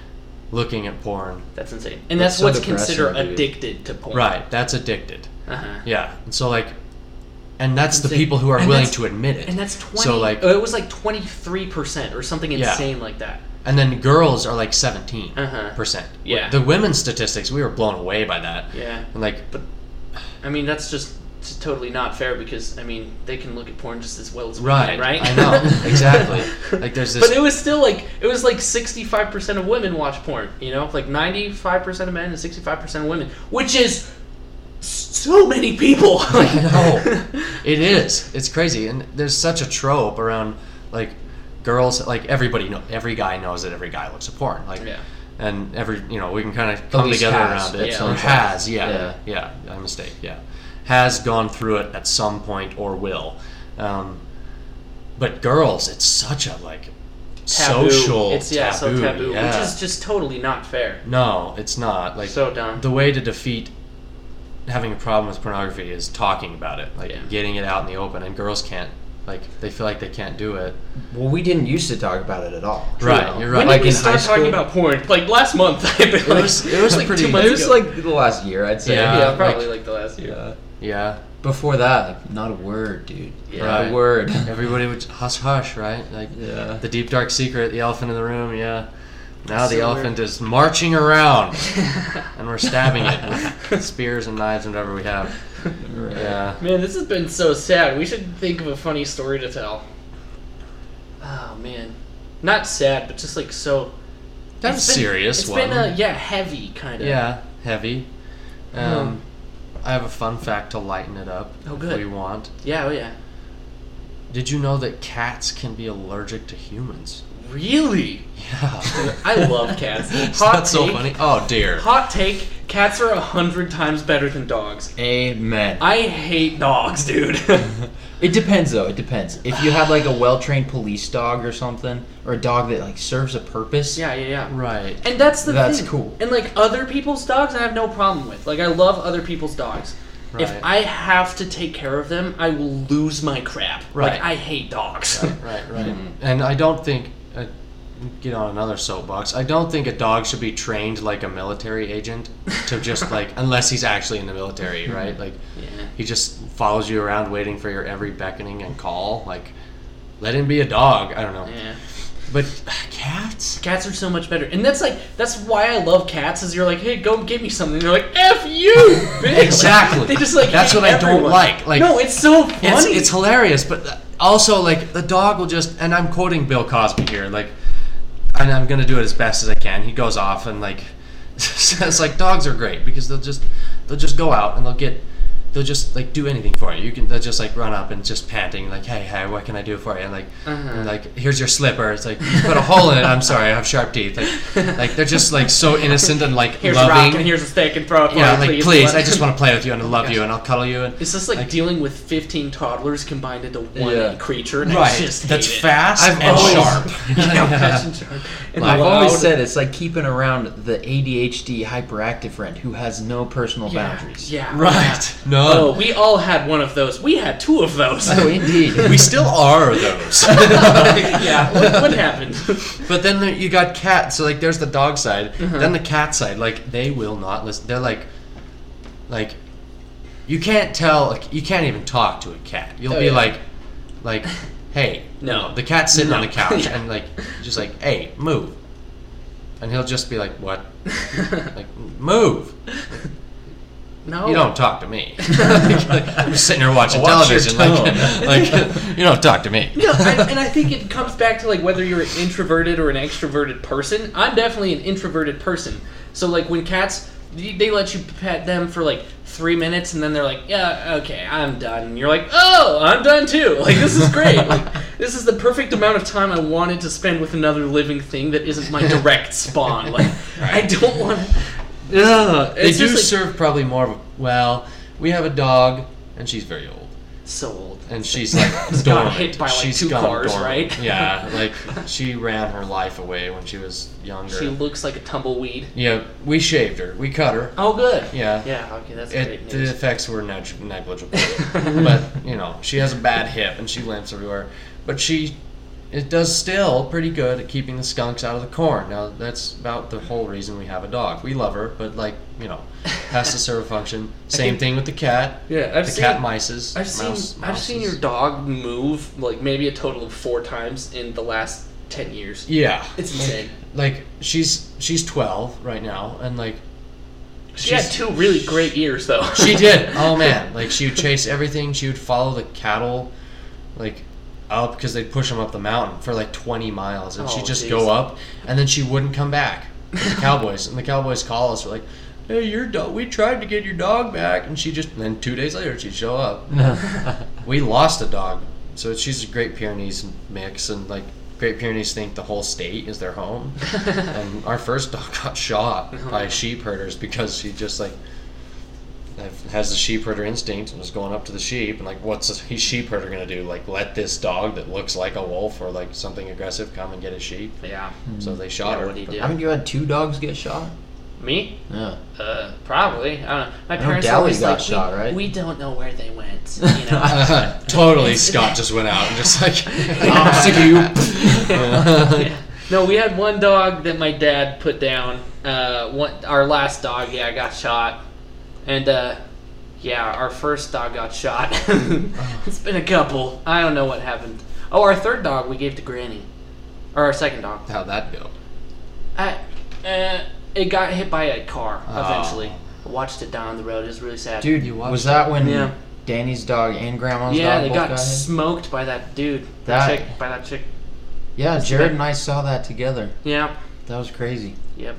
[SPEAKER 2] looking at porn.
[SPEAKER 1] that's insane. And that's,
[SPEAKER 3] so
[SPEAKER 1] what's
[SPEAKER 3] depressing,
[SPEAKER 1] considered
[SPEAKER 3] dude.
[SPEAKER 1] addicted to porn.
[SPEAKER 2] Right. That's addicted.
[SPEAKER 1] Uh-huh.
[SPEAKER 2] Yeah. And so like and that's the
[SPEAKER 1] Insane.
[SPEAKER 2] people who are
[SPEAKER 1] And
[SPEAKER 2] willing
[SPEAKER 1] that's-
[SPEAKER 2] to admit it.
[SPEAKER 1] And that's 20.
[SPEAKER 2] So like
[SPEAKER 1] oh, it was like 23% or something
[SPEAKER 2] Yeah.
[SPEAKER 1] insane like that.
[SPEAKER 2] and then girls are like 17%.
[SPEAKER 1] Uh-huh. Yeah.
[SPEAKER 2] The women's statistics, we were blown away by that.
[SPEAKER 1] Yeah.
[SPEAKER 2] And like
[SPEAKER 1] But I mean, that's just it's totally not fair because I mean, they can look at porn just as well as we
[SPEAKER 2] Right,
[SPEAKER 1] can, right?
[SPEAKER 2] I
[SPEAKER 1] [laughs]
[SPEAKER 2] know, exactly. Like, there's this-
[SPEAKER 1] But it was still like it was like 65% of women watch porn, you know? Like 95% of men and 65% of women, which is so many
[SPEAKER 2] [laughs]
[SPEAKER 1] people. Like,
[SPEAKER 2] know. it is. It's crazy. And there's such a trope around like girls like everybody know every guy knows that every guy looks at porn. Like
[SPEAKER 1] Yeah.
[SPEAKER 2] and every you know, we can kinda come
[SPEAKER 3] least
[SPEAKER 2] together
[SPEAKER 3] has,
[SPEAKER 2] around it.
[SPEAKER 1] yeah.
[SPEAKER 2] Or has, yeah.
[SPEAKER 3] Yeah.
[SPEAKER 2] Yeah, I mistake, yeah. Has gone through it at some point or will. Um, but girls, it's such a like
[SPEAKER 1] [laughs] taboo.
[SPEAKER 2] social
[SPEAKER 1] It's yeah,
[SPEAKER 2] taboo,
[SPEAKER 1] so taboo,
[SPEAKER 2] yeah.
[SPEAKER 1] which is just totally not fair.
[SPEAKER 2] No, it's not. Like
[SPEAKER 1] So dumb.
[SPEAKER 2] the way to defeat having a problem with pornography is talking about it, like
[SPEAKER 1] Yeah.
[SPEAKER 2] getting it out in the open. And girls can't, like, they feel like they can't do it.
[SPEAKER 3] Well, we didn't used to talk about it at all.
[SPEAKER 2] Right, you're
[SPEAKER 1] When
[SPEAKER 2] right.
[SPEAKER 1] did
[SPEAKER 3] Like
[SPEAKER 1] we
[SPEAKER 3] in
[SPEAKER 1] start
[SPEAKER 3] high
[SPEAKER 1] talking
[SPEAKER 3] school?
[SPEAKER 1] about porn? Like last month, [laughs] I think.
[SPEAKER 2] It was- it was
[SPEAKER 1] like
[SPEAKER 2] pretty-
[SPEAKER 1] two
[SPEAKER 2] it
[SPEAKER 1] months
[SPEAKER 3] It was
[SPEAKER 1] ago.
[SPEAKER 3] like the last year, I'd say.
[SPEAKER 2] Yeah.
[SPEAKER 1] yeah,
[SPEAKER 2] like-
[SPEAKER 1] probably like, the last year.
[SPEAKER 3] Yeah.
[SPEAKER 2] Yeah,
[SPEAKER 3] Before that, like, not a word, dude.
[SPEAKER 1] Yeah.
[SPEAKER 2] Right.
[SPEAKER 3] Not
[SPEAKER 2] [laughs]
[SPEAKER 3] a word.
[SPEAKER 2] everybody would hush hush, right? Like
[SPEAKER 3] yeah.
[SPEAKER 2] the deep dark secret, the elephant in the room. Yeah. Now
[SPEAKER 1] That's
[SPEAKER 2] the
[SPEAKER 1] so
[SPEAKER 2] elephant is marching around, and we're stabbing it with [laughs] spears and knives and whatever we have.
[SPEAKER 3] Right.
[SPEAKER 2] Yeah.
[SPEAKER 1] [laughs] Man, this has been so sad. We should think of a funny story to tell. Oh man, not sad, but just like so.
[SPEAKER 2] That's
[SPEAKER 1] it's
[SPEAKER 2] a
[SPEAKER 1] been-
[SPEAKER 2] serious
[SPEAKER 1] It's
[SPEAKER 2] one.
[SPEAKER 1] been uh, yeah heavy kind of.
[SPEAKER 2] Yeah, heavy. Um, I have a fun fact to lighten it up.
[SPEAKER 1] Hmm. Oh,
[SPEAKER 2] if
[SPEAKER 1] good.
[SPEAKER 2] we want.
[SPEAKER 1] Yeah. Oh yeah.
[SPEAKER 2] Did you know that cats can be allergic to humans?
[SPEAKER 1] Really?
[SPEAKER 2] [laughs] Yeah.
[SPEAKER 1] I love [laughs] cats.
[SPEAKER 2] It's
[SPEAKER 1] Hot
[SPEAKER 2] not so
[SPEAKER 1] take.
[SPEAKER 2] funny. Oh dear.
[SPEAKER 1] Hot take: Cats are a hundred times better than dogs.
[SPEAKER 3] Amen.
[SPEAKER 1] I hate dogs, dude. [laughs]
[SPEAKER 3] It depends, though. It depends. If you had like a well-trained police dog or something, or a dog that like serves a purpose.
[SPEAKER 1] yeah, yeah, yeah.
[SPEAKER 2] Right.
[SPEAKER 1] And that's the
[SPEAKER 3] That's
[SPEAKER 1] thing.
[SPEAKER 3] cool.
[SPEAKER 1] And like other people's dogs, I have no problem with. Like I love other people's dogs.
[SPEAKER 2] Right.
[SPEAKER 1] If I have to take care of them, I will lose my crap.
[SPEAKER 2] Right.
[SPEAKER 1] Like I hate dogs.
[SPEAKER 2] Right. Right. And I don't think. Uh, get on another soapbox. I don't think a dog should be trained like a military agent to just [laughs] like unless he's actually in the military, right? Like
[SPEAKER 1] [laughs] yeah.
[SPEAKER 2] he just follows you around waiting for your every beckoning and call. Like let him be a dog. I don't know.
[SPEAKER 1] Yeah.
[SPEAKER 2] But uh, cats?
[SPEAKER 1] Cats are so much better. And that's like that's why I love cats is you're like, "Hey, go give me something." They're like, "F
[SPEAKER 2] [laughs]
[SPEAKER 1] you." bitch."
[SPEAKER 2] Exactly.
[SPEAKER 1] Like, they just like
[SPEAKER 2] That's
[SPEAKER 1] hate
[SPEAKER 2] what I don't
[SPEAKER 1] everyone.
[SPEAKER 2] like. Like-
[SPEAKER 1] No, it's so funny.
[SPEAKER 2] It's, it's hilarious, but uh, also like the dog will just and I'm quoting Bill Cosby here, like and I'm gonna do it as best as I can. He goes off and like [laughs] it's like dogs are great because they'll just they'll just go out and they'll get they'll just like do anything for you. You can they'll just like run up and just panting like hey hey what can I do for you and like
[SPEAKER 1] Uh-huh.
[SPEAKER 2] and, like here's your slipper. It's like "You put a hole in it. I'm sorry I have sharp teeth.
[SPEAKER 1] [laughs]
[SPEAKER 2] Like like they're just like so innocent and like
[SPEAKER 1] here's a rock
[SPEAKER 2] loving.
[SPEAKER 1] and here's a stick and throw it for
[SPEAKER 2] yeah,
[SPEAKER 1] me,
[SPEAKER 2] like
[SPEAKER 1] [laughs]
[SPEAKER 2] please, I just want to play with you and I love you and I'll cuddle you and
[SPEAKER 1] It's just like, dealing with 15 toddlers combined into one
[SPEAKER 3] Yeah.
[SPEAKER 1] creature. and I
[SPEAKER 2] Right.
[SPEAKER 1] just hate
[SPEAKER 2] That's
[SPEAKER 1] it.
[SPEAKER 2] fast
[SPEAKER 3] I've
[SPEAKER 2] and
[SPEAKER 1] [laughs]
[SPEAKER 2] [laughs]
[SPEAKER 3] always-
[SPEAKER 2] sharp.
[SPEAKER 1] Yeah, fast and sharp. And
[SPEAKER 3] I've
[SPEAKER 1] loud.
[SPEAKER 3] always said it's like keeping around the ADHD hyperactive friend who has no personal boundaries.
[SPEAKER 1] Yeah.
[SPEAKER 2] Right.
[SPEAKER 1] Oh,
[SPEAKER 2] No. Oh,
[SPEAKER 1] we all had one of those. We had two of those.
[SPEAKER 3] So indeed.
[SPEAKER 2] we still are those.
[SPEAKER 1] [laughs]
[SPEAKER 2] [laughs]
[SPEAKER 1] yeah. What, what happened?
[SPEAKER 2] but then there, you got cat. So like, there's the dog
[SPEAKER 1] Uh-huh.
[SPEAKER 2] side. Then the cat side. Like they will not listen. They're like, like, you can't tell like, you can't even talk to a cat you'll
[SPEAKER 1] Oh,
[SPEAKER 2] be
[SPEAKER 1] yeah.
[SPEAKER 2] like like hey
[SPEAKER 1] No.
[SPEAKER 2] the cat's sitting on
[SPEAKER 1] No.
[SPEAKER 2] the
[SPEAKER 1] [laughs]
[SPEAKER 2] couch
[SPEAKER 1] Yeah.
[SPEAKER 2] and like just like hey move and he'll just be like
[SPEAKER 1] [laughs]
[SPEAKER 2] what like move
[SPEAKER 1] no.
[SPEAKER 2] you
[SPEAKER 1] Oh.
[SPEAKER 2] don't talk to me [laughs] like, i'm just sitting here watching
[SPEAKER 3] Watch your
[SPEAKER 2] television
[SPEAKER 3] tone.
[SPEAKER 2] like [laughs] like you don't talk to me
[SPEAKER 1] No, I, and I think it comes back to like whether you're an introverted or an extroverted person. I'm definitely an introverted person. So like when cats, they they let you pet them for like three minutes, and then they're like, "Yeah, okay, I'm done." And you're like, "Oh, I'm done too." Like this is great. Like, this is the perfect amount of time I wanted to spend with another living thing that isn't my direct spawn. Like I don't want. Ugh,
[SPEAKER 2] they
[SPEAKER 1] it's
[SPEAKER 2] do
[SPEAKER 1] just, like,
[SPEAKER 2] serve probably more of a, well we have a dog and she's very old
[SPEAKER 1] so old.
[SPEAKER 2] and she's [laughs] like
[SPEAKER 1] Just got
[SPEAKER 2] dormant.
[SPEAKER 1] hit by, like,
[SPEAKER 2] She's
[SPEAKER 1] two
[SPEAKER 2] gone
[SPEAKER 1] cars,
[SPEAKER 2] dormant.
[SPEAKER 1] right?
[SPEAKER 2] Yeah, [laughs] like she ran her life away when she was younger.
[SPEAKER 1] She looks like a tumbleweed.
[SPEAKER 2] yeah, we shaved her, we cut her.
[SPEAKER 1] Oh, good.
[SPEAKER 2] Yeah.
[SPEAKER 1] Yeah. Okay, that's great
[SPEAKER 2] It,
[SPEAKER 1] news.
[SPEAKER 2] the effects were neg- [laughs] negligible, but you know she has a bad hip and she limps everywhere. But she, it does still pretty good at keeping the skunks out of the corn. Now that's about the whole reason we have a dog. We love her, but like you know, has to serve
[SPEAKER 1] [laughs]
[SPEAKER 2] a function. Same
[SPEAKER 1] think-
[SPEAKER 2] thing with the cat.
[SPEAKER 1] [laughs] Yeah, I've
[SPEAKER 2] the
[SPEAKER 1] seen-
[SPEAKER 2] cat mices.
[SPEAKER 1] I've seen
[SPEAKER 2] mouse-
[SPEAKER 1] I've seen your
[SPEAKER 2] mouses.
[SPEAKER 1] dog move like maybe a total of four times in the last ten years.
[SPEAKER 2] Yeah,
[SPEAKER 1] It's insane.
[SPEAKER 2] like she's she's 12 right now and like
[SPEAKER 1] She had
[SPEAKER 2] she's-
[SPEAKER 1] two really great ears though.
[SPEAKER 2] [laughs]
[SPEAKER 1] [laughs]
[SPEAKER 2] she did oh man like she would chase everything she would follow the cattle like up because they'd push them up the mountain for like 20 miles and
[SPEAKER 1] Oh,
[SPEAKER 2] she'd just
[SPEAKER 1] jeez.
[SPEAKER 2] go up and then she wouldn't come back to the cowboys and the cowboys call us we're like hey your dog we tried to get your dog back and she just and then two days later she'd show up we lost a dog so she's a great pyrenees mix and like great pyrenees think the whole state is their home and Um, our first dog [laughs] got shot
[SPEAKER 1] Oh,
[SPEAKER 2] by sheep herders because she just like have- has the sheep herder instinct and was going up to the sheep and like what's a sheep herder gonna do like let this dog that looks like a wolf or like something aggressive come and get his sheep
[SPEAKER 1] yeah.
[SPEAKER 2] so they shot
[SPEAKER 1] Yeah,
[SPEAKER 2] her
[SPEAKER 1] what'd he
[SPEAKER 2] But-
[SPEAKER 1] do?
[SPEAKER 3] Haven't you had two dogs get shot?
[SPEAKER 1] Me?
[SPEAKER 3] Yeah.
[SPEAKER 1] Uh, probably. I don't know. My
[SPEAKER 3] know
[SPEAKER 1] parents
[SPEAKER 3] Dally
[SPEAKER 1] always
[SPEAKER 3] got
[SPEAKER 1] like,
[SPEAKER 3] shot,
[SPEAKER 1] we,
[SPEAKER 3] right?
[SPEAKER 1] we don't know where they went. You know.
[SPEAKER 2] [laughs] totally scott just went out and just
[SPEAKER 1] [laughs]
[SPEAKER 2] like
[SPEAKER 1] I'm sick of
[SPEAKER 2] you
[SPEAKER 1] Yeah. [laughs] No, we had one dog that my dad put down. Uh, one, our last dog, yeah, got shot, and uh, yeah, our first dog got shot. [laughs] it's been a couple. I don't know what happened. Oh, our third dog we gave to Granny, or our second dog.
[SPEAKER 2] how'd that go [laughs]
[SPEAKER 1] I, uh, it got hit by a car eventually.
[SPEAKER 2] Oh.
[SPEAKER 1] I watched it down the road. It was really sad.
[SPEAKER 3] Dude,
[SPEAKER 2] You watched
[SPEAKER 3] was that when
[SPEAKER 1] Yeah.
[SPEAKER 3] Danny's dog and Grandma's
[SPEAKER 1] yeah,
[SPEAKER 3] dog
[SPEAKER 1] they
[SPEAKER 3] both
[SPEAKER 1] got,
[SPEAKER 3] got hit?
[SPEAKER 1] smoked by that dude.
[SPEAKER 3] That-
[SPEAKER 1] That chick, by that chick.
[SPEAKER 3] Yeah, Jared and I saw that together.
[SPEAKER 1] Yeah.
[SPEAKER 3] That was crazy.
[SPEAKER 1] Yep.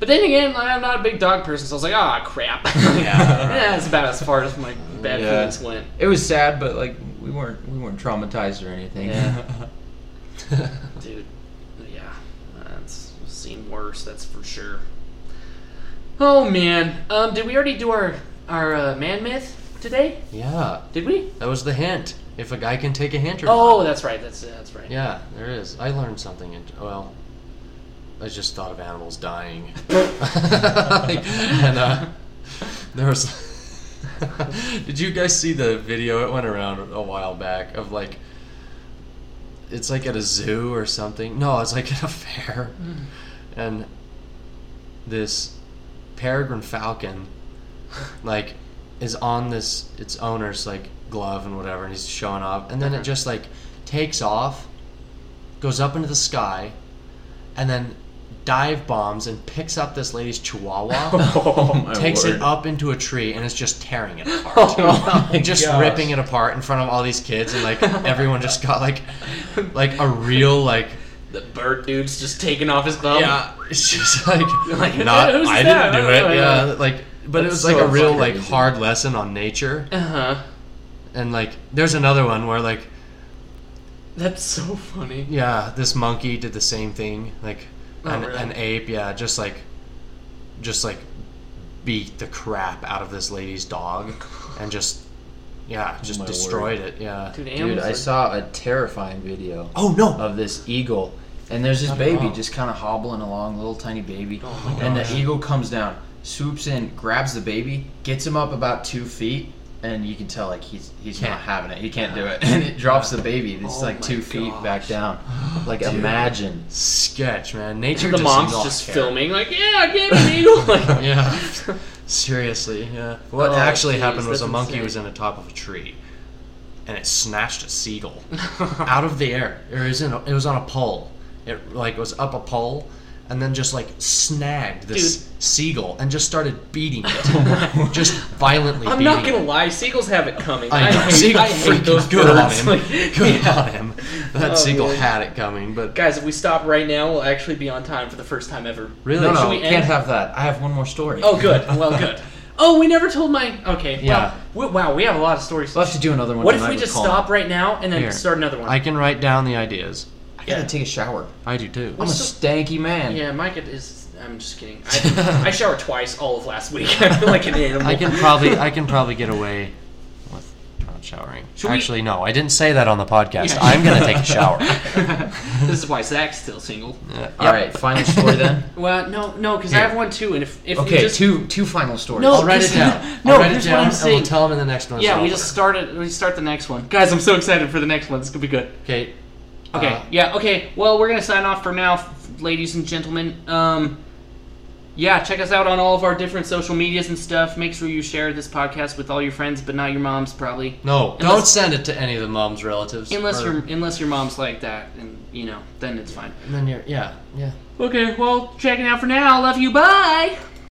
[SPEAKER 1] But then again, I'm not a big dog person, so I was like, ah, crap. [laughs] yeah, that's about as far as my bad
[SPEAKER 3] Yeah.
[SPEAKER 1] feelings went.
[SPEAKER 3] It was sad, but like we weren't we weren't traumatized or anything.
[SPEAKER 1] Yeah. Dude, yeah, that's seen worse. That's for sure. Oh man, um, did we already do our our uh, man myth today?
[SPEAKER 2] yeah
[SPEAKER 1] Did we?
[SPEAKER 2] that was the hint if a guy can take a hint or not.
[SPEAKER 1] Oh, that's right. That's that's right.
[SPEAKER 2] Yeah, [laughs] there is. I learned something. In, well, I just thought of animals dying, [laughs] and uh, there was. [laughs] Did you guys see the video? It went around a while back of like, it's like at a zoo or something. No, it's like [laughs] at a fair, and this peregrine falcon, like, is on this its owner's like glove and whatever, and he's showing off, and then it just like takes off, goes up into the sky, and then dive bombs and picks up this lady's
[SPEAKER 3] [laughs]
[SPEAKER 2] chihuahua,
[SPEAKER 3] [laughs] Oh my
[SPEAKER 2] takes it
[SPEAKER 3] word.
[SPEAKER 2] up into a tree, and is just
[SPEAKER 1] [laughs]
[SPEAKER 2] tearing it apart.
[SPEAKER 3] Oh my
[SPEAKER 2] [laughs] just
[SPEAKER 3] gosh.
[SPEAKER 2] ripping it apart in front of all these kids, and like everyone just got like, like a real like.
[SPEAKER 1] The bird dude's just taking off his thumb.
[SPEAKER 2] Yeah, it's just like,
[SPEAKER 1] Um, [laughs] Like,
[SPEAKER 2] not.
[SPEAKER 1] who's
[SPEAKER 2] I
[SPEAKER 1] that?
[SPEAKER 2] didn't do
[SPEAKER 1] I
[SPEAKER 2] it.
[SPEAKER 1] don't know.
[SPEAKER 2] Yeah, like, but it
[SPEAKER 3] That's
[SPEAKER 2] was like
[SPEAKER 3] so
[SPEAKER 2] a real
[SPEAKER 3] fucking
[SPEAKER 2] like
[SPEAKER 3] easy.
[SPEAKER 2] hard lesson on nature.
[SPEAKER 1] Uh huh.
[SPEAKER 2] And like, there's another one where like,
[SPEAKER 1] That's so funny.
[SPEAKER 2] yeah, this monkey did the same thing. Like,
[SPEAKER 1] Oh,
[SPEAKER 2] an,
[SPEAKER 1] really?
[SPEAKER 2] an ape, yeah, just like, just like, beat the crap out of this lady's dog, and just, yeah, just
[SPEAKER 3] my word.
[SPEAKER 2] destroyed it. Yeah.
[SPEAKER 1] Dude,
[SPEAKER 3] Dude,
[SPEAKER 1] animals
[SPEAKER 3] I
[SPEAKER 1] are-
[SPEAKER 3] saw a terrifying video
[SPEAKER 2] Oh no.
[SPEAKER 3] of this eagle, and there's this
[SPEAKER 2] Not at
[SPEAKER 3] baby
[SPEAKER 2] all.
[SPEAKER 3] just kind of hobbling along, little tiny baby,
[SPEAKER 1] Oh my
[SPEAKER 3] and
[SPEAKER 1] gosh.
[SPEAKER 3] the eagle comes down, swoops in, grabs the baby, gets him up about two feet. And you can tell like he's he's not
[SPEAKER 2] Can't.
[SPEAKER 3] having it. He can't do it, [laughs] and it drops the baby. It's
[SPEAKER 1] Oh
[SPEAKER 3] like
[SPEAKER 1] my
[SPEAKER 3] two feet
[SPEAKER 1] gosh. [gasps]
[SPEAKER 3] back down. Like imagine.
[SPEAKER 2] Sketch, man. Nature.
[SPEAKER 1] [laughs] the
[SPEAKER 2] just
[SPEAKER 1] mom's
[SPEAKER 2] does not
[SPEAKER 1] just
[SPEAKER 2] care.
[SPEAKER 1] filming, like, yeah, get an eagle. Like,
[SPEAKER 2] [laughs] Yeah. Seriously, yeah. What
[SPEAKER 1] Oh,
[SPEAKER 2] actually
[SPEAKER 1] geez,
[SPEAKER 2] happened was
[SPEAKER 1] that's
[SPEAKER 2] a monkey
[SPEAKER 1] insane.
[SPEAKER 2] was in the top of a tree, and it snatched a seagull out of the air. It was in a, it was on a pole. It like was up a pole, and then just like snagged this seagull and just started beating
[SPEAKER 1] [laughs]
[SPEAKER 2] it, [laughs] just
[SPEAKER 1] [laughs]
[SPEAKER 2] violently.
[SPEAKER 1] Oh I'm
[SPEAKER 2] beating
[SPEAKER 1] not gonna
[SPEAKER 2] it.
[SPEAKER 1] lie, seagulls have it coming.
[SPEAKER 2] I know.
[SPEAKER 1] hate,
[SPEAKER 2] seagull
[SPEAKER 1] I hate
[SPEAKER 2] freaking
[SPEAKER 1] those
[SPEAKER 2] good
[SPEAKER 1] birds. [laughs]
[SPEAKER 2] on him.
[SPEAKER 1] Like,
[SPEAKER 2] good
[SPEAKER 1] yeah.
[SPEAKER 2] on him. That
[SPEAKER 1] Oh,
[SPEAKER 2] seagull
[SPEAKER 1] man.
[SPEAKER 2] had it coming, but
[SPEAKER 1] Guys, if we stop right now, we'll actually be on time for the first time ever.
[SPEAKER 2] really,
[SPEAKER 3] No, no,
[SPEAKER 1] Should we
[SPEAKER 3] we can't
[SPEAKER 1] end?
[SPEAKER 3] have that. I have one more story.
[SPEAKER 1] Oh, good. Well,
[SPEAKER 2] [laughs]
[SPEAKER 1] good. Oh, we never told my. Okay. Wow.
[SPEAKER 2] Yeah.
[SPEAKER 1] We, wow, we have a lot of stories.
[SPEAKER 3] We'll have to do another one.
[SPEAKER 1] What if
[SPEAKER 3] tonight
[SPEAKER 1] we
[SPEAKER 3] with
[SPEAKER 1] just
[SPEAKER 3] Colin.
[SPEAKER 1] stop right now and then
[SPEAKER 2] Here.
[SPEAKER 1] start another one?
[SPEAKER 2] I can write down the ideas.
[SPEAKER 3] I gotta
[SPEAKER 1] Yeah.
[SPEAKER 3] take a shower.
[SPEAKER 2] I do too.
[SPEAKER 3] I'm a
[SPEAKER 1] still-
[SPEAKER 3] stanky man.
[SPEAKER 1] yeah, Mike is. I'm just kidding.
[SPEAKER 2] [laughs]
[SPEAKER 1] I, I showered twice all of last week. [laughs] I feel like an animal.
[SPEAKER 2] I
[SPEAKER 1] [laughs]
[SPEAKER 2] can probably I can probably get away with not showering.
[SPEAKER 1] Should we-
[SPEAKER 2] Actually, no, I didn't say that on the podcast.
[SPEAKER 1] Yeah.
[SPEAKER 2] I'm gonna take
[SPEAKER 1] [laughs]
[SPEAKER 2] a shower.
[SPEAKER 1] this is why Zach's still single.
[SPEAKER 3] All right, final story then.
[SPEAKER 1] Well, no, no, because I
[SPEAKER 2] Here.
[SPEAKER 1] have one too, and if if we
[SPEAKER 3] Okay,
[SPEAKER 1] just
[SPEAKER 3] two two final
[SPEAKER 1] [laughs]
[SPEAKER 3] stories.
[SPEAKER 1] No,
[SPEAKER 2] I'll write it
[SPEAKER 1] [laughs]
[SPEAKER 2] down.
[SPEAKER 1] No,
[SPEAKER 2] I'll write it
[SPEAKER 1] here's what I'm
[SPEAKER 2] down, and
[SPEAKER 1] saying.
[SPEAKER 2] we'll tell them in the next one.
[SPEAKER 1] yeah, we just start it. We start the next one, guys. I'm so excited for the next one. This could be good.
[SPEAKER 2] okay.
[SPEAKER 1] Okay,
[SPEAKER 2] Uh,
[SPEAKER 1] yeah, okay. Well, we're gonna sign off for now, f- ladies and gentlemen. Um, yeah, check us out on all of our different social medias and stuff. Make sure you share this podcast with all your friends, but not your moms, probably.
[SPEAKER 2] No, don't
[SPEAKER 1] Unless-
[SPEAKER 2] send it to any of the mom's relatives.
[SPEAKER 1] Unless
[SPEAKER 2] or-
[SPEAKER 1] your unless your mom's like that, and you know, then it's fine.
[SPEAKER 2] and then you're yeah yeah.
[SPEAKER 1] Okay, well, checking out for now. Love you. Bye.